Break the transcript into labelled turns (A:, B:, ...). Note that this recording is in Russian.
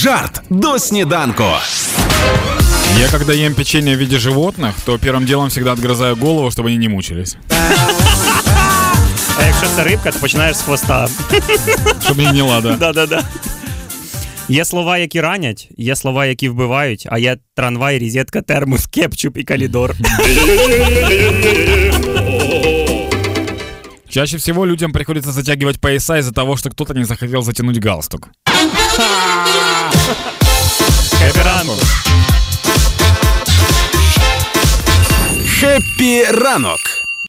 A: жарт до сніданку.
B: Я когда ем печенье в виде животных, то первым делом всегда отгрызаю голову, чтобы они не мучились.
C: А якщо це рибка, то починаєш з хвоста.
B: Чтобы не гнила, да.
C: Да-да-да. Є слова, які ранять, є слова, які вбивають, а є трамвай, різетка, термос, кетчуп і калідор.
B: Чаще всего людям приходится затягивать пояса из-за того, что кто-то не захотел затянуть галстук.
C: Хепі-ранку.
A: Хеппі ранок